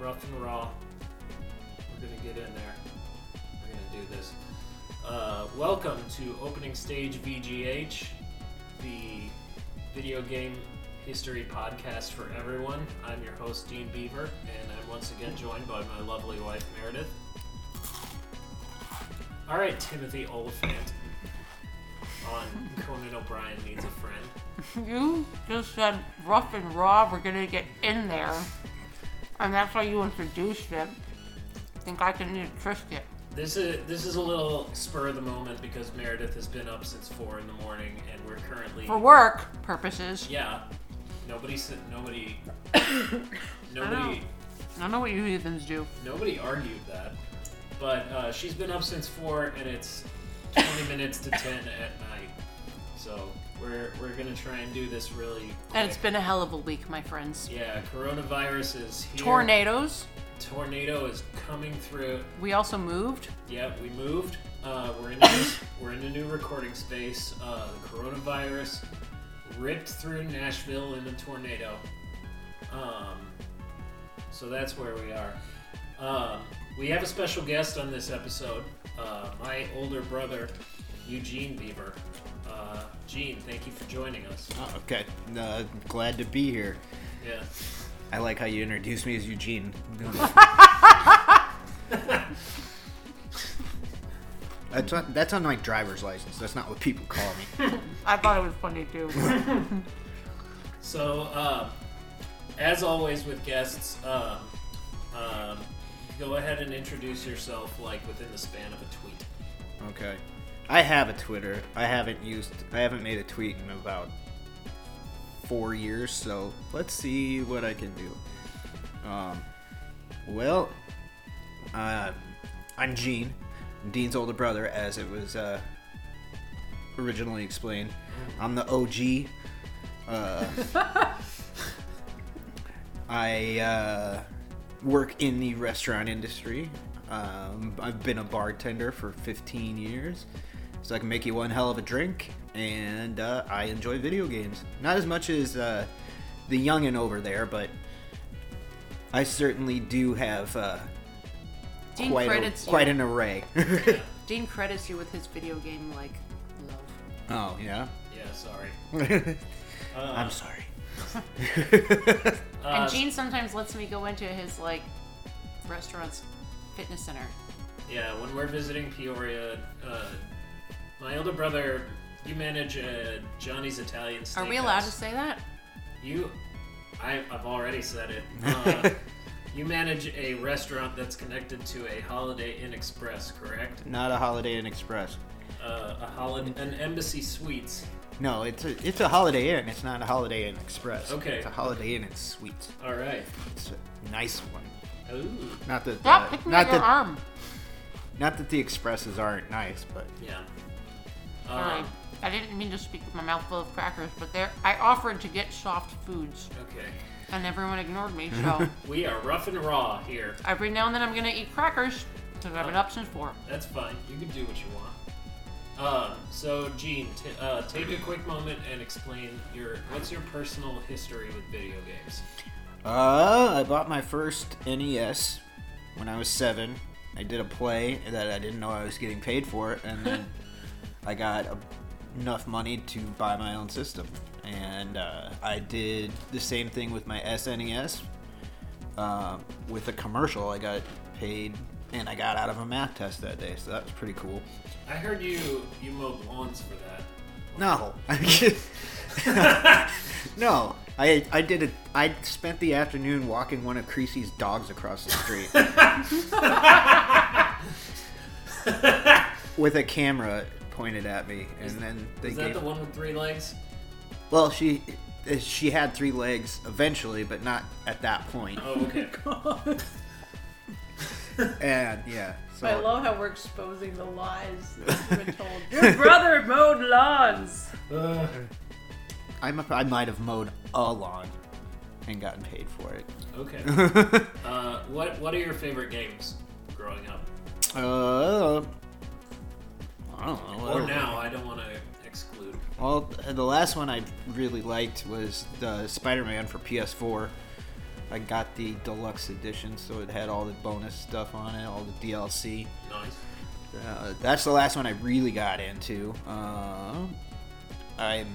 rough and raw. We're gonna get in there. We're gonna do this. Uh, welcome to Opening Stage VGH, the video game history podcast for everyone. I'm your host Dean Beaver, and I'm once again joined by my lovely wife Meredith. All right, Timothy Oliphant on Conan O'Brien needs a friend. You just said rough and raw, we're gonna get in there. And that's why you introduced it. Think I can interest it. This is this is a little spur of the moment because Meredith has been up since four in the morning, and we're currently For work purposes. yeah. Nobody said nobody. know. nobody I don't know what you heathens do. nobody argued that, but uh, she's been up since four, and it's twenty minutes to ten at night. So we're we're gonna try and do this really. And it's quick. been a hell of a week, my friends. yeah. Coronavirus is here. Tornadoes. Tornado is coming through. We also moved. Yeah, we moved. Uh, we're in a new, we're in a new recording space. Uh, the coronavirus ripped through Nashville in a tornado. Um, so that's where we are. Um, we have a special guest on this episode. Uh, my older brother, Eugene Beaver. Uh, Gene, thank you for joining us. Oh, okay. Uh, glad to be here. Yeah. I like how you introduced me as Eugene. that's, on, that's on my driver's license. That's not what people call me. I thought it was funny too. So, um, as always with guests, um, um, go ahead and introduce yourself like within the span of a tweet. Okay. I have a Twitter. I haven't used. I haven't made a tweet in about four years. So let's see what I can do. Um, well, uh, I'm Gene, Dean's older brother, as it was uh, originally explained. I'm the OG. Uh, I uh, work in the restaurant industry. Um, I've been a bartender for 15 years, so I can make you one hell of a drink. And uh, I enjoy video games, not as much as uh, the youngin over there, but I certainly do have uh, Dean quite a, credits quite you. an array. Dean credits you with his video game like love. oh yeah, Yeah, sorry. Um, I'm sorry. uh, and Gene sometimes lets me go into his like restaurant's fitness center. Yeah, when we're visiting Peoria, uh, my older brother, you manage uh, Johnny's Italian Steakhouse. Are we allowed to say that? You, I, I've already said it. Uh, you manage a restaurant that's connected to a Holiday Inn Express, correct? not a Holiday Inn Express. Uh, a holiday, an Embassy Suites. No, it's a, it's a Holiday Inn. It's not a Holiday Inn Express. Okay. It's a Holiday Inn. It's sweet. All right. It's a nice one. Ooh. Not that Stop the, picking at Uh, not your that arm. not that the expresses aren't nice, but Yeah. Sorry. Um, I didn't mean to speak with my mouth full of crackers, but there I offered to get soft foods, okay. and everyone ignored me. So We are rough and raw here. every now and then I'm gonna eat crackers because I've been up since four. That's fine. You can do what you want. Um, so, Gene, t- uh, take a quick moment and explain your what's your personal history with video games. uh, I bought my first NES when I was seven. I did a play that I didn't know I was getting paid for, and then I got a, enough money to buy my own system. And uh, I did the same thing with my SNES. Uh, with a commercial, I got paid, and I got out of a math test that day, so that was pretty cool. I heard you you mowed lawns for that. No. no. I, I did it. I spent the afternoon walking one of Creasy's dogs across the street with a camera pointed at me, and then they Is that gave. the one with three legs? well, she eh, she had three legs eventually, but not at that point. Oh, okay. And yeah, so I love how we're exposing the lies that we've been told. Your brother mowed lawns. Uh, I'm a, I might have mowed a lawn and gotten paid for okay. it. Uh, what what are your favorite games growing up? Uh, I don't know. Or now? I don't want to exclude. Well, the last one I really liked was the Spider-Man for PS4. I got the deluxe edition, so it had all the bonus stuff on it, all the DLC. Nice. Uh, that's the last one I really got into. Uh, I've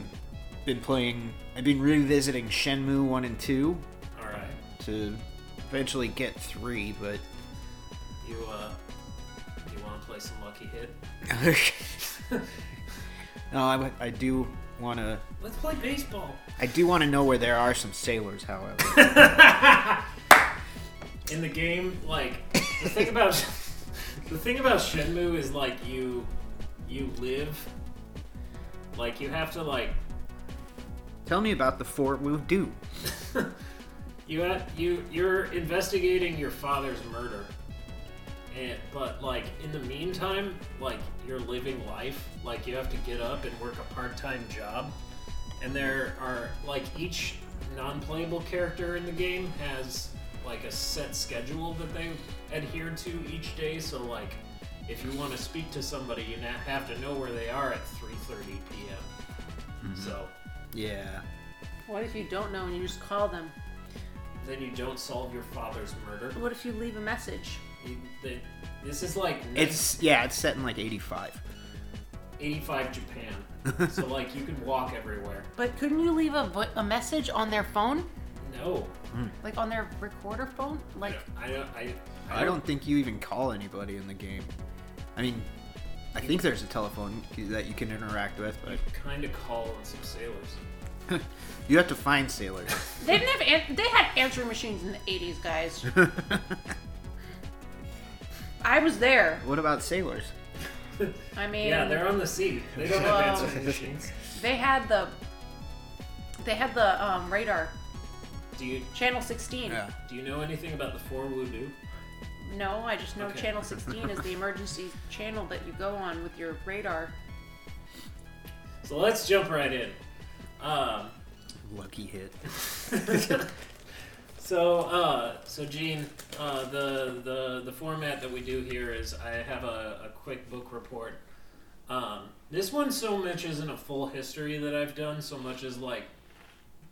been playing. I've been revisiting Shenmue one and two All right. to eventually get three, but You uh, you want to play some Lucky Hit? no, I, I do want to. Let's play baseball. I do want to know where there are some sailors, however. in the game, like the thing about the thing about Shenmue is like you you live like you have to like Tell me about the Fort Wudu. you ha- you you're investigating your father's murder. And, but like in the meantime, like you're living life. Like you have to get up and work a part-time job. And there are like each non-playable character in the game has like a set schedule that they adhere to each day. So like if you want to speak to somebody, you na- have to know where they are at 3:30 p.m. So Yeah. What if you don't know and you just call them? then you don't solve your father's murder. What if you leave a message? You- the- This is like It's yeah, it's set in like 85. 85 Japan. so like you can walk everywhere. But couldn't you leave a, vo- a message on their phone? No. Like on their recorder phone? Like, I don't I, I don't think you even call anybody in the game. I mean, I think there's a telephone that you can interact with, but kind of call on some sailors. you have to find sailors. they didn't have, an- they had answering machines in the 80s, guys. I was there. what about sailors? I mean, Yeah, they're on the sea. They don't have answering machines. they had the they had the um, radar Do you channel 16. do you know anything about the four wudu? No, I just know Okay. channel 16 is the emergency channel that you go on with your radar. So let's jump right in. Um, Lucky hit. so uh, so Gene, uh, the the the format that we do here is I have a, a quick book report. Um, this one so much isn't a full history that I've done, so much as like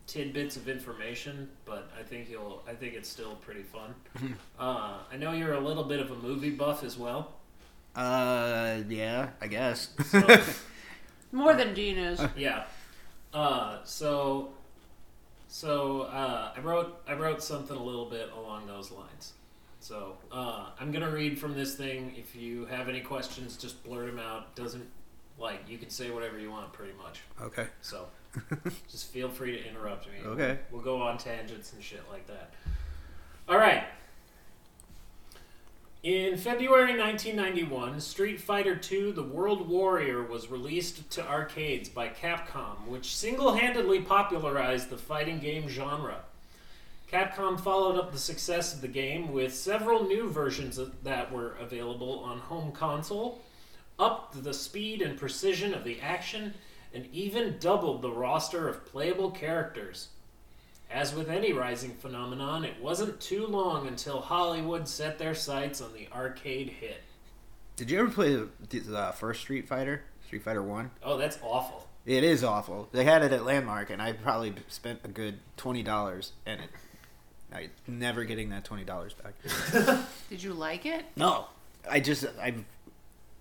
tidbits of information. But I think you'll I think it's still pretty fun. uh, I know you're a little bit of a movie buff as well. Uh, yeah, I guess. So, More than Dean is. yeah. Uh, so, so uh, I wrote I wrote something a little bit along those lines. So uh, I'm gonna read from this thing. If you have any questions, just blurt them out. Doesn't like you can say whatever you want, pretty much. okay. So just feel free to interrupt me. Okay. We'll go on tangents and shit like that. All right. In February 1991, Street Fighter II The World Warrior was released to arcades by Capcom, which single handedly popularized the fighting game genre. Capcom followed up the success of the game with several new versions of- that were available on home console, upped the speed and precision of the action, and even doubled the roster of playable characters. As with any rising phenomenon, it wasn't too long until Hollywood set their sights on the arcade hit. Did you ever play the, the uh, first Street Fighter? Street Fighter 1? Oh, that's awful. It is awful. They had it at Landmark, and I probably spent a good twenty dollars, and it, I never getting that twenty dollars back. Did you like it? No, I just I,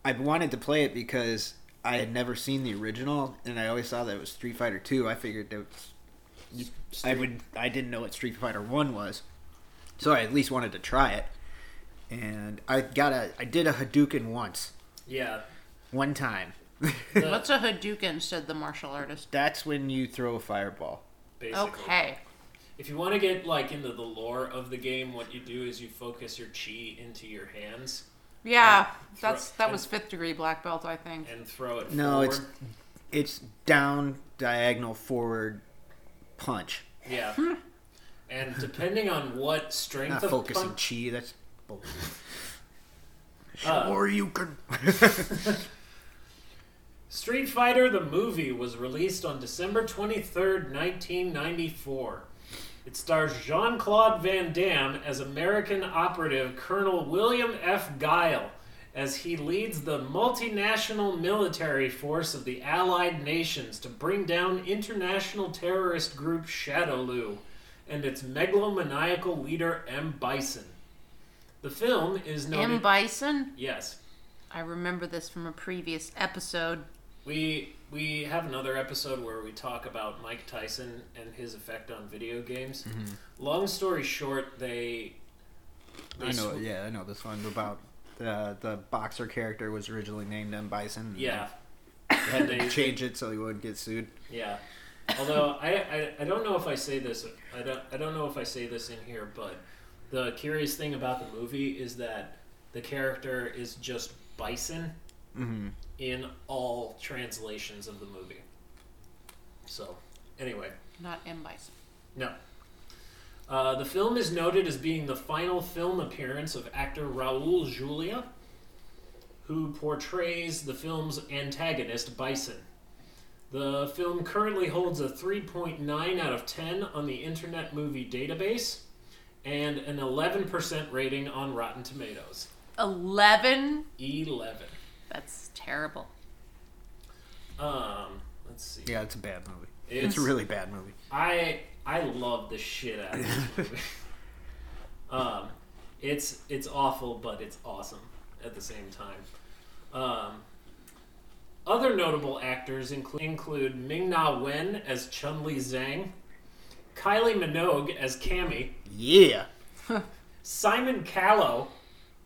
I wanted to play it because I had never seen the original, and I always saw that it was Street Fighter Two. I figured that was, you- I would I didn't know what Street Fighter One was, so I at least wanted to try it, and I got a I did a Hadouken once, Yeah. one time. The- What's a Hadouken, said the martial artist. That's when you throw a fireball. basically. Okay. If you want to get like into the lore of the game, what you do is you focus your chi into your hands Yeah, that's that was fifth degree black belt, I think. and throw it No, forward. it's it's down diagonal forward punch. Yeah. and depending on what strength Not of focusing punch- chi. That's bullshit. Uh, or you can. Street Fighter the movie was released on December 23rd, 1994. It stars Jean Claude Van Damme as American operative Colonel William F. Guile as he leads the multinational military force of the Allied nations to bring down international terrorist group Shadowloo and its megalomaniacal leader M. Bison. The film is noted. M. Bison. yes, I remember this from a previous episode. we we have another episode where we talk about Mike Tyson and his effect on video games. Mm-hmm. Long story short, they. they I know. sw- Yeah, I know this one about uh, the boxer character was originally named M Bison. and Yeah. they And had to they- change it so he wouldn't get sued. Yeah. Although I, I, I don't know if I say this I don't I don't know if I say this in here, but the curious thing about the movie is that the character is just Bison Mhm. in all translations of the movie. So anyway, Not M. Bison. no. Uh, the film is noted as being the final film appearance of actor Raul Julia, who portrays the film's antagonist, Bison. The film currently holds a 3.9 out of 10 on the Internet Movie Database and an 11% rating on Rotten Tomatoes. 11? 11. That's terrible. Um, let's see. Yeah, it's a bad movie. It's, It's- a really bad movie. I I love the shit out of this movie. um, it's it's awful, but it's awesome at the same time. Um, other notable actors include, include Ming Na Wen as Chun Li Zhang, Kylie Minogue as Cammy, Yeah. Simon Callow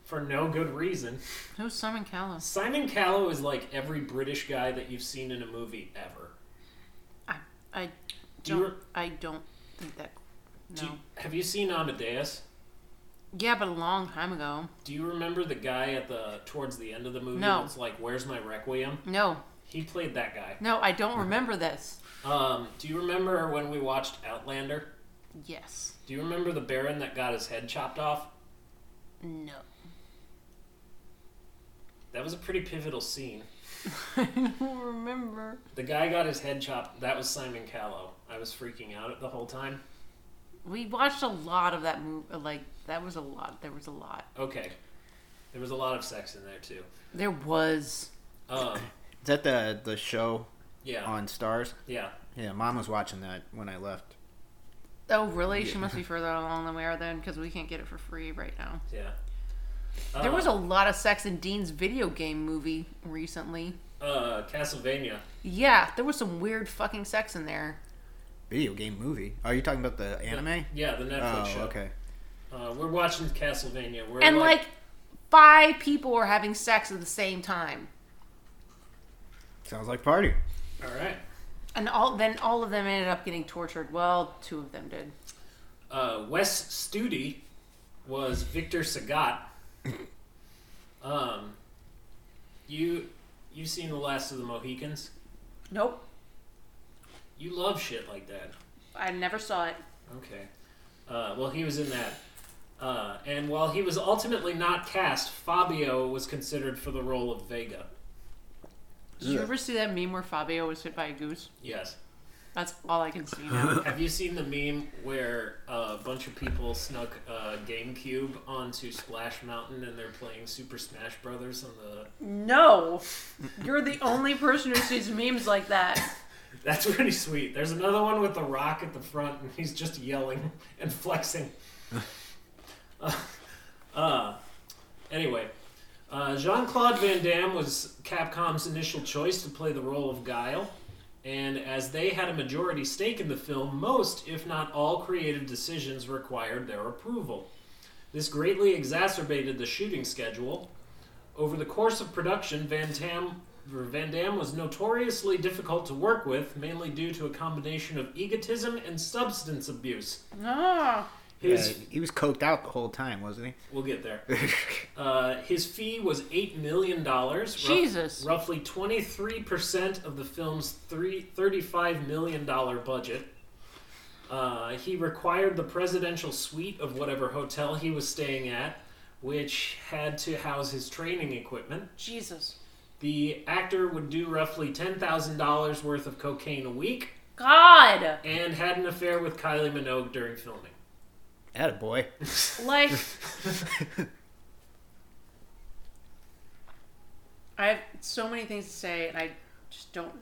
for no good reason. Who's Simon Callow? Simon Callow is like every British guy that you've seen in a movie ever. I, I Do you don't. re- I don't think that. do No. you- have you seen Amadeus? Yeah, but a long time ago. Do you remember the guy at the towards the end of the movie? No. It's like, "Where's my requiem?" No, He played that guy. no, I don't remember this. Um, do you remember when we watched Outlander? Yes. Do you remember the Baron that got his head chopped off? No. That was a pretty pivotal scene. I don't remember. The guy got his head chopped. That was Simon Callow. I was freaking out the whole time. We watched a lot of that movie. Like that was a lot. There was a lot. Okay, there was a lot of sex in there too. There was. Um, Is that the the show yeah, on Stars? yeah. Yeah, mom was watching that when I left. Oh, really? She must be further along than we are then, because we can't get it for free right now. Yeah. There Uh, was a lot of sex in Dean's video game movie recently. uh, Castlevania. Yeah, there was some weird fucking sex in there. Video game movie. Are you talking about the anime? Yeah, the Netflix oh, show. okay. Uh, we're watching Castlevania. We're And like five people were having sex at the same time. Sounds like party. all right. And all then all of them ended up getting tortured. Well, two of them did. uh, Wes Studi was Victor Sagat. um, you you've seen the last of the Mohicans? Nope. You love shit like that. I never saw it. Okay. Uh, well, he was in that. Uh, and while he was ultimately not cast, Fabio was considered for the role of Vega. Did you Yeah. ever see that meme where Fabio was hit by a goose? Yes. That's all I can see now. Have you seen the meme where uh, a bunch of people snuck uh, GameCube onto Splash Mountain and they're playing Super Smash Brothers on the no. You're the only person who sees memes like that. That's pretty sweet. There's another one with the rock at the front, and he's just yelling and flexing. uh, uh, anyway, uh, Jean Claude Van Damme was Capcom's initial choice to play the role of Guile, and as they had a majority stake in the film, most, if not all, creative decisions required their approval. This greatly exacerbated the shooting schedule, over the course of production, Van Tam or Van Damme was notoriously difficult to work with, mainly due to a combination of egotism and substance abuse. No. His Yeah, he was coked out the whole time, wasn't we'll get there. he? Uh, his fee was eight million dollars. Jesus. roughly twenty three percent of the film's three, $35 million dollar budget. Uh, he required the presidential suite of whatever hotel he was staying at, which had to house his training equipment. Jesus. The actor would do roughly $10,000 worth of cocaine a week God. and had an affair with Kylie Minogue during filming. Attaboy. Like I have so many things to say, and I just don't.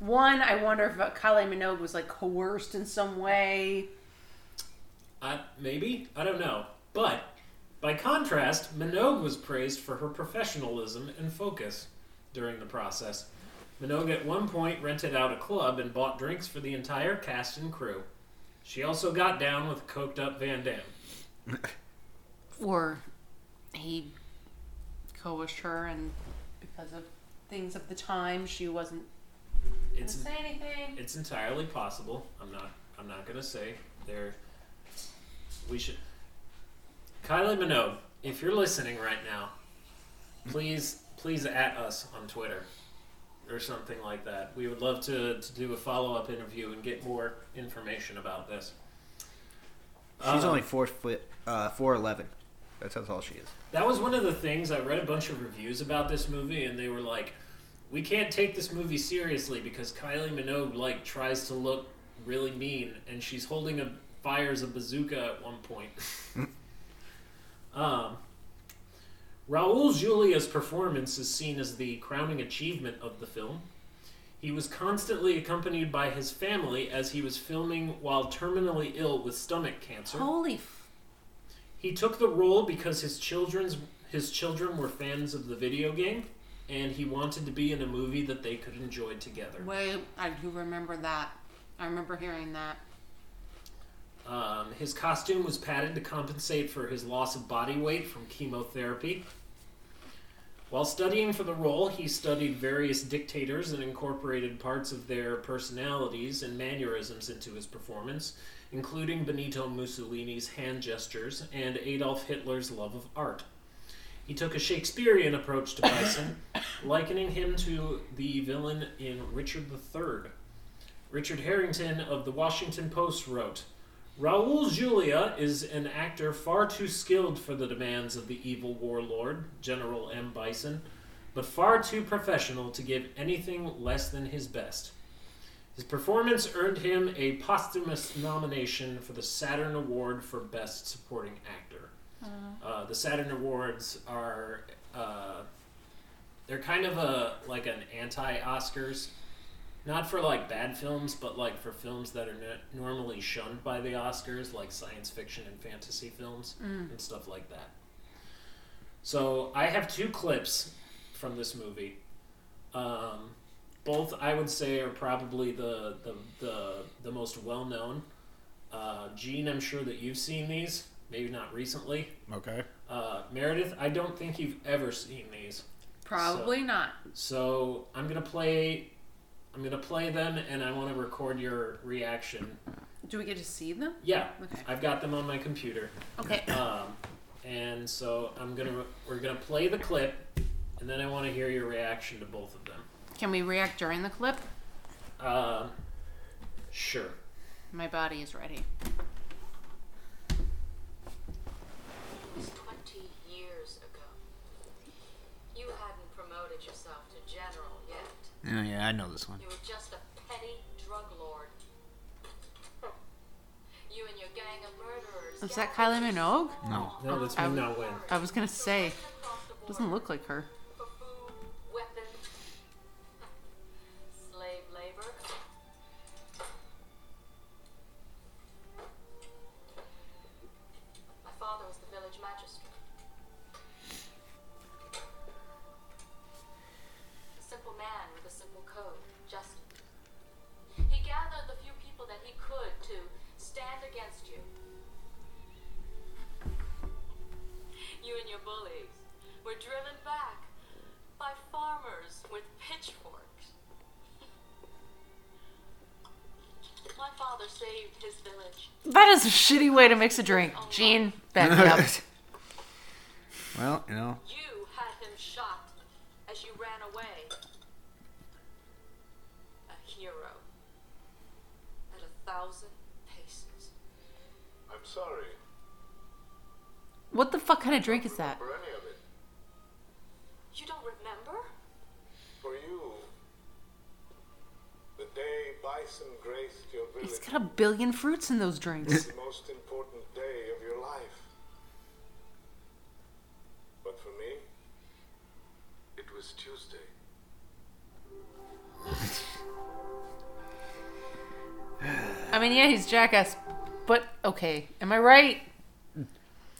One, I wonder if uh, Kylie Minogue was like coerced in some way. I, Uh, maybe? I don't know. But, by contrast, Minogue was praised for her professionalism and focus during the process. Minogue at one point rented out a club and bought drinks for the entire cast and crew. She also got down with coked up Van Damme. Or he coerced her, and because of things of the time, she wasn't gonna It's say anything. it's entirely possible. I'm not I'm not gonna say there we should Kylie Minogue, if you're listening right now, please please at us on Twitter or something like that. We would love to, to do a follow up interview and get more information about this. She's Um, only four foot, uh, four eleven. That's how tall she is. That was one of the things I read a bunch of reviews about this movie, and they were like, "We can't take this movie seriously because Kylie Minogue like tries to look really mean, and she's holding a fires a bazooka at one point." um, Raul Julia's performance is seen as the crowning achievement of the film. He was constantly accompanied by his family as he was filming while terminally ill with stomach cancer. Holy f- He took the role because his children's his children were fans of the video game, and he wanted to be in a movie that they could enjoy together. Wait, I do remember that. I remember hearing that. Um, his costume was padded to compensate for his loss of body weight from chemotherapy. While studying for the role, he studied various dictators and incorporated parts of their personalities and mannerisms into his performance, including Benito Mussolini's hand gestures and Adolf Hitler's love of art. He took a Shakespearean approach to Bison, likening him to the villain in Richard III. Richard Harrington of the Washington Post wrote, Raoul Julia is an actor far too skilled for the demands of the evil warlord, General M. Bison, but far too professional to give anything less than his best. His performance earned him a posthumous nomination for the Saturn Award for Best Supporting Actor. Uh, the Saturn Awards are uh, they're kind of a like an anti-Oscars not for like bad films, but like for films that are n- normally shunned by the Oscars, like science fiction and fantasy films and stuff like that. So I have two clips from this movie. Um, both I would say are probably the the the, the most well known. Uh, Gene, I'm sure that you've seen these, maybe not recently. Okay. Uh, Meredith, I don't think you've ever seen these. probably not. So I'm gonna play. I'm gonna play them, and I want to record your reaction. Do we get to see them? Yeah, Okay. I've got them on my computer. Okay. Um, and so I'm gonna. We're gonna play the clip, and then I want to hear your reaction to both of them. Can we react during the clip? Um, sure. My body is ready. was 20 years ago. You hadn't promoted yourself to general yet. Oh yeah, I know this one. You were just a petty drug lord. you and your gang of murderers. Is that Kylie Minogue? Oh. No. No, that's I- Um, me not win. I was gonna say, Across the doesn't border look like her. For food, weapons, slave labor. My father was the village magistrate. A simple man with a simple code, justice. He gathered the few people that he could to stand against you. You and your bullies were driven back by farmers with pitchforks. My father saved his village. That is a shitty way to mix a drink. Gene, back me up. well, you know, You had him shot as you ran away. A hero. At a thousand paces. I'm sorry What the fuck kind of drink is that? for any of it. You don't remember? For you, the day Bison graced your It's village got a billion fruits in those drinks. was the most important day of your life. But for me, it was Tuesday. he's jackass. But okay, am I right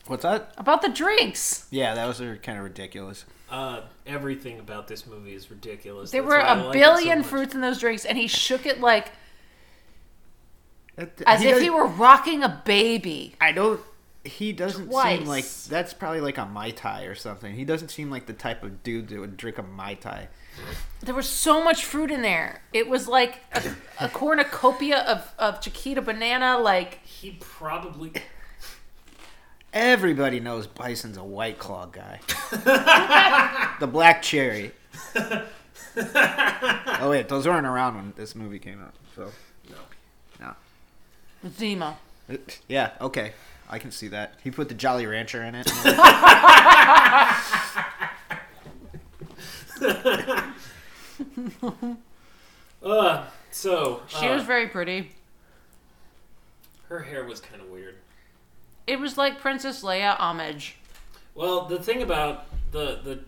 What's that? about the drinks? Yeah, that was kind of ridiculous. Uh, everything about this movie is ridiculous. There That's were why I a like it so billion much. fruits in those drinks, and he shook it like That- as if does- he were rocking a baby. I don't. He doesn't seem like Twice. that's probably like a mai tai or something. He doesn't seem like the type of dude that would drink a mai tai. There was so much fruit in there. It was like a, a cornucopia of, of Chiquita banana. Like He probably. Everybody knows Bison's a white claw guy. the black cherry. oh wait, those weren't around when this movie came out. So Zima. yeah, okay, I can see that. He put the Jolly Rancher in it. Uh, so She uh, was very pretty. her hair was kind of weird. It was like Princess Leia homage. Well, the thing about the the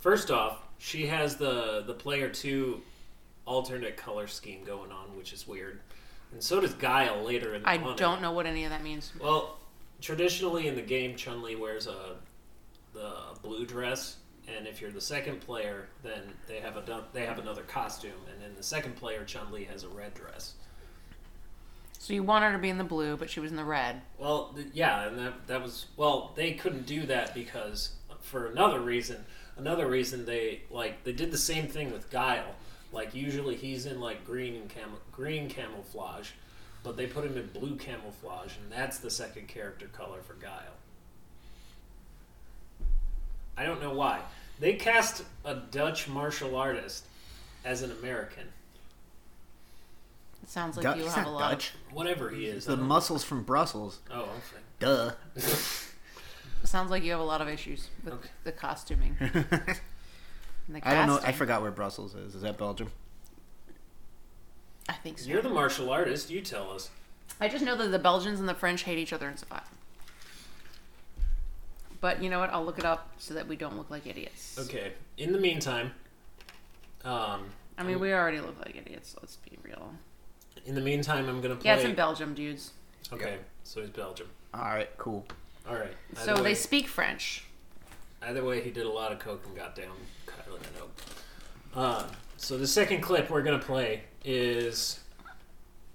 first off, she has the the player two alternate color scheme going on, which is weird, and so does Guile later in the I Haunted. don't know what any of that means. Well, traditionally in the game, Chun Li wears a the blue dress, and if you're the second player, then they have a dun- they have another costume, and then the second player, Chun Li has a red dress. So you want her to be in the blue, but she was in the red. Well, th- yeah, and that that was well, they couldn't do that because for another reason. Another reason they like they did the same thing with Guile. Like usually he's in like green and cam- green camouflage, but they put him in blue camouflage, and that's the second character color for Guile. I don't know why they cast a Dutch martial artist as an American, It sounds like Du- you he's have a not lot. Dutch. whatever he is. I The don't- muscles from Brussels. oh, okay. Duh. Of, sounds like you have a lot of issues with Okay. the costuming. I And the don't know. I casting. forgot where Brussels is. Is that Belgium? I think so. You're the martial artist. You tell us. I just know that the Belgians and the French hate each other and survive. But you know what? I'll look it up so that we don't look like idiots. Okay. In the meantime, um, I mean, we already look like idiots. Let's be real. in the meantime, I'm gonna play. Yeah, it's in Belgium, dudes. okay, so he's Belgium. All right, cool. All right. Either So way, they speak French. either way, he did a lot of coke and got down. Kylan and Oak. Uh, so the second clip we're gonna play is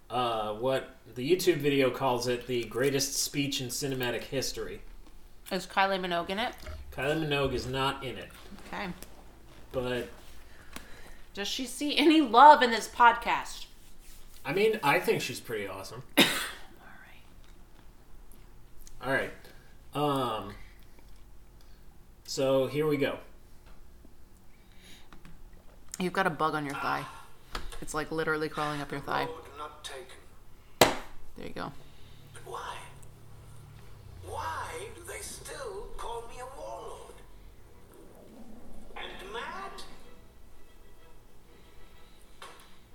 uh, what the YouTube video calls it: the greatest speech in cinematic history. Is Kylie Minogue in it? Kylie Minogue is not in it, Okay. but Does she see any love in this podcast? I mean, I think she's pretty awesome. All right. Um. So here we go. You've got a bug on your thigh. It's like literally crawling up your thigh. Road not taken. There you go. But why? Why do they still call me a warlord? And mad?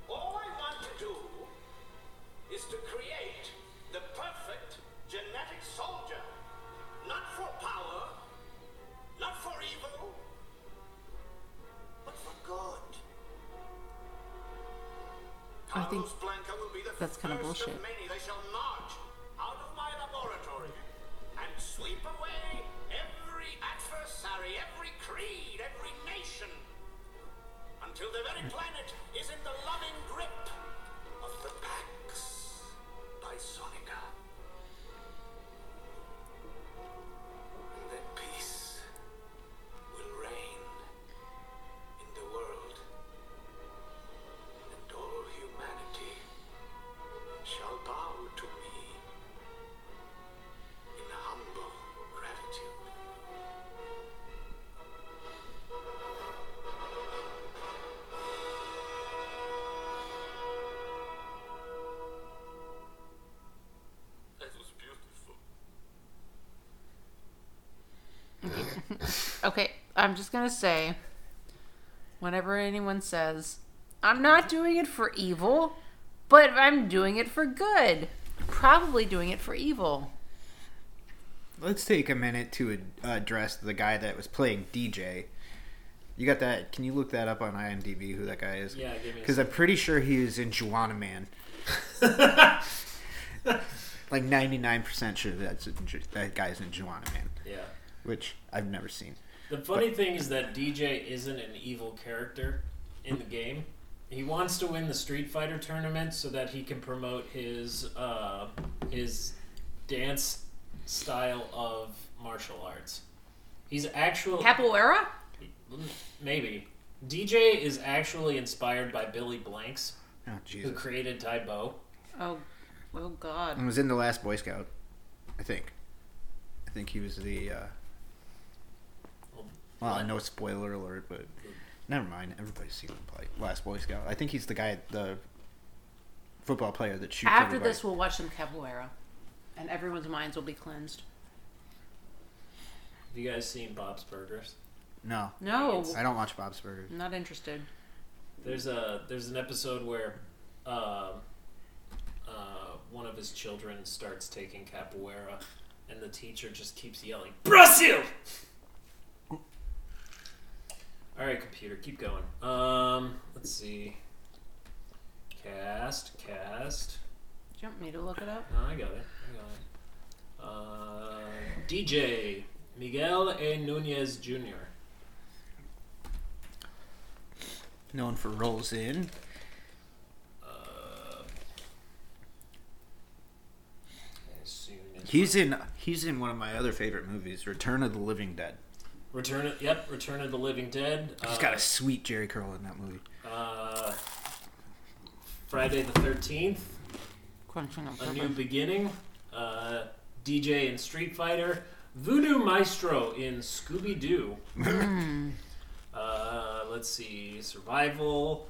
All I want to do is to create the perfect genetic soldier. Not for power, not for evil, but for good. I think Carlos Blanca will be the that's kinda first bullshit. many. They shall march out of my laboratory and sweep away every adversary, every creed, every nation, until the very planet is in the loving grip of the Pax Bisonica. And then peace will reign in the world, and all humanity shall bow to me in humble gratitude. That was beautiful. Okay, I'm just gonna say, whenever anyone says, I'm not doing it for evil, but I'm doing it for good, probably doing it for evil. Let's take a minute to ad- address the guy that was playing DJ. You got that? Can you look that up on IMDb? Who that guy is? Yeah, give me a Because I'm pretty sure he was in Juana Man. Like 99% sure that's in, Ju- that guy's in Juana Man, Yeah. which I've never seen. The funny thing is that DJ isn't an evil character in the game. He wants to win the Street Fighter tournament so that he can promote his uh, his dance style of martial arts. He's actual Capoeira? maybe DJ is actually inspired by Billy Blanks, Oh, who Jesus. created Tai Bo. Oh, oh God. Mm, And was in the last Boy Scout, I think. I think he was the. Uh... Well, I know it's spoiler alert, but never mind. Everybody's seen the play- last Boy Scout. I think he's the guy, the football player that shoots. After everybody. this, we'll watch some capoeira, and everyone's minds will be cleansed. Have you guys seen Bob's Burgers? no, No, I don't watch Bob's Burgers. I'm not interested. There's a there's an episode where uh, uh, one of his children starts taking capoeira, and the teacher just keeps yelling Brazil. All right, computer, keep going. Um, let's see. Cast, cast. Do you want me to look it up? No, I got it. I got it. Uh, DJ Miguel A. Nunez Jr. Known for rolls in. Uh, I assume it's- He's in. He's in one of my other favorite movies, Return of the Living Dead. Return of, yep, Return of the Living Dead. He's uh, got a sweet Jerry Curl in that movie. uh, Friday the Thirteenth, Crunching on A New purpose. Beginning, uh, DJ in Street Fighter, Voodoo Maestro in Scooby Doo. uh, let's see, Survival,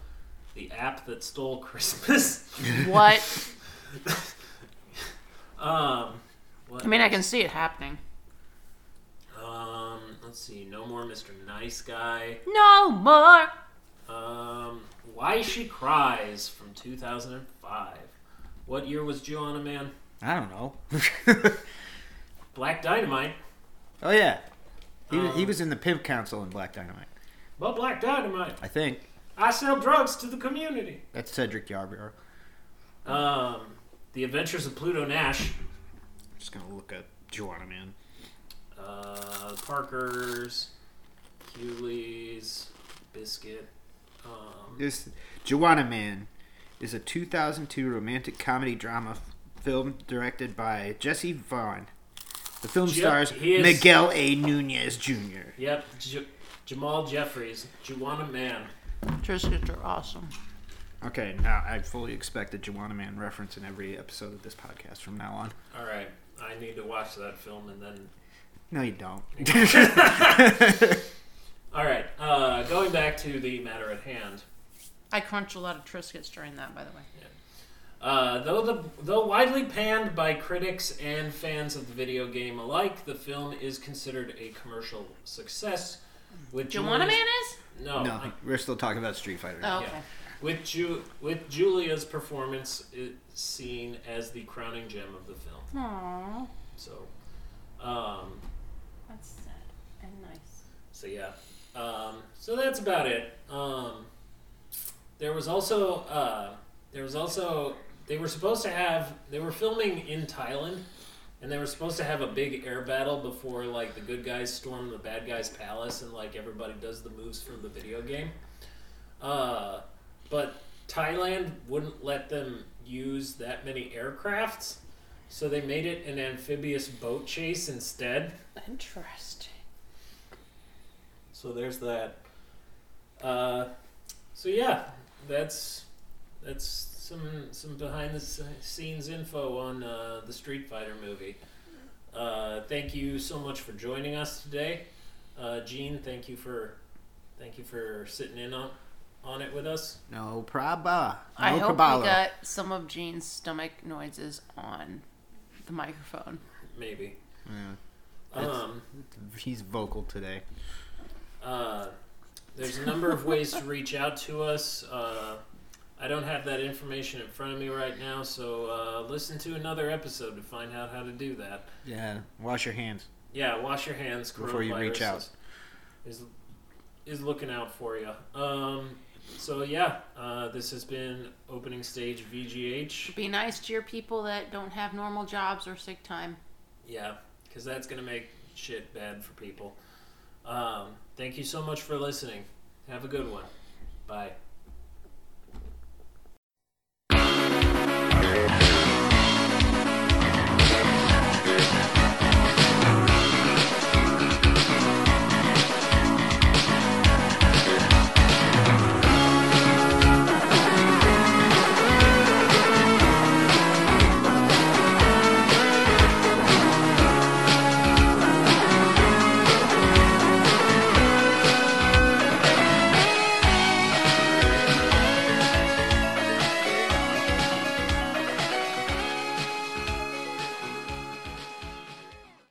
the app that stole Christmas. What? um, I mean, I can see it happening. um, let's see, No More Mr. Nice Guy. No more. Um, Why She Cries from 2005. What year was Joanna Man? I don't know. Black Dynamite. oh yeah, he, was he Um, was in the Pimp Council in Black Dynamite. Well, Black Dynamite. I think I sell drugs to the community. that's Cedric Yarbrough. Um, The Adventures of Pluto Nash. I'm just gonna look up Joanna Man. Uh, Parker's. Hewley's. Biscuit. Um, This Joanna Man is a 2002 romantic comedy drama f- film directed by Jesse Vaughn. The film Yep, stars he is- Miguel A. Nunez Jr. yep, J- Jamal Jeffries. Joanna Man. Triscuits are awesome. Okay, now I fully expect a Joanna Man reference in every episode of this podcast from now on. Alright, I need to watch that film and then No, you don't. All right. Uh, going back to the matter at hand. I crunch a lot of Triscuits during that, by the way. Uh, though the though widely panned by critics and fans of the video game alike, the film is considered a commercial success. With Joanna Julia's- Man is? No. No, we're still talking about Street Fighter. Oh, yeah. okay. With Ju- with Julia's performance i- seen as the crowning gem of the film. Aww, So, um, that's sad and nice. So yeah, um, so that's about it. Um, there was also uh, there was also they were supposed to have they were filming in Thailand, and they were supposed to have a big air battle before like the good guys storm the bad guys' palace and like everybody does the moves from the video game. Uh, but Thailand wouldn't let them use that many aircrafts, so they made it an amphibious boat chase instead. Interesting. So there's that. Uh, so yeah, that's that's some some behind the s- scenes info on uh, the Street Fighter movie. Uh, thank you so much for joining us today, uh, Gene. Thank you for thank you for sitting in on on it with us. No praba. No I hope cabala. we got some of Gene's stomach noises on the microphone. Maybe. Yeah. Um, He's vocal today. Uh, there's a number of ways to reach out to us. Uh, I don't have that information in front of me right now, so uh, listen to another episode to find out how to do that. Yeah. Wash your hands. Yeah, wash your hands. Before you reach Coronavirus out. is- Is, is looking out for you. Um, So yeah, uh, this has been opening stage VGH. Be nice to your people that don't have normal jobs or sick time. Yeah, because that's gonna make shit bad for people. Um, thank you so much for listening. Have a good one. Bye.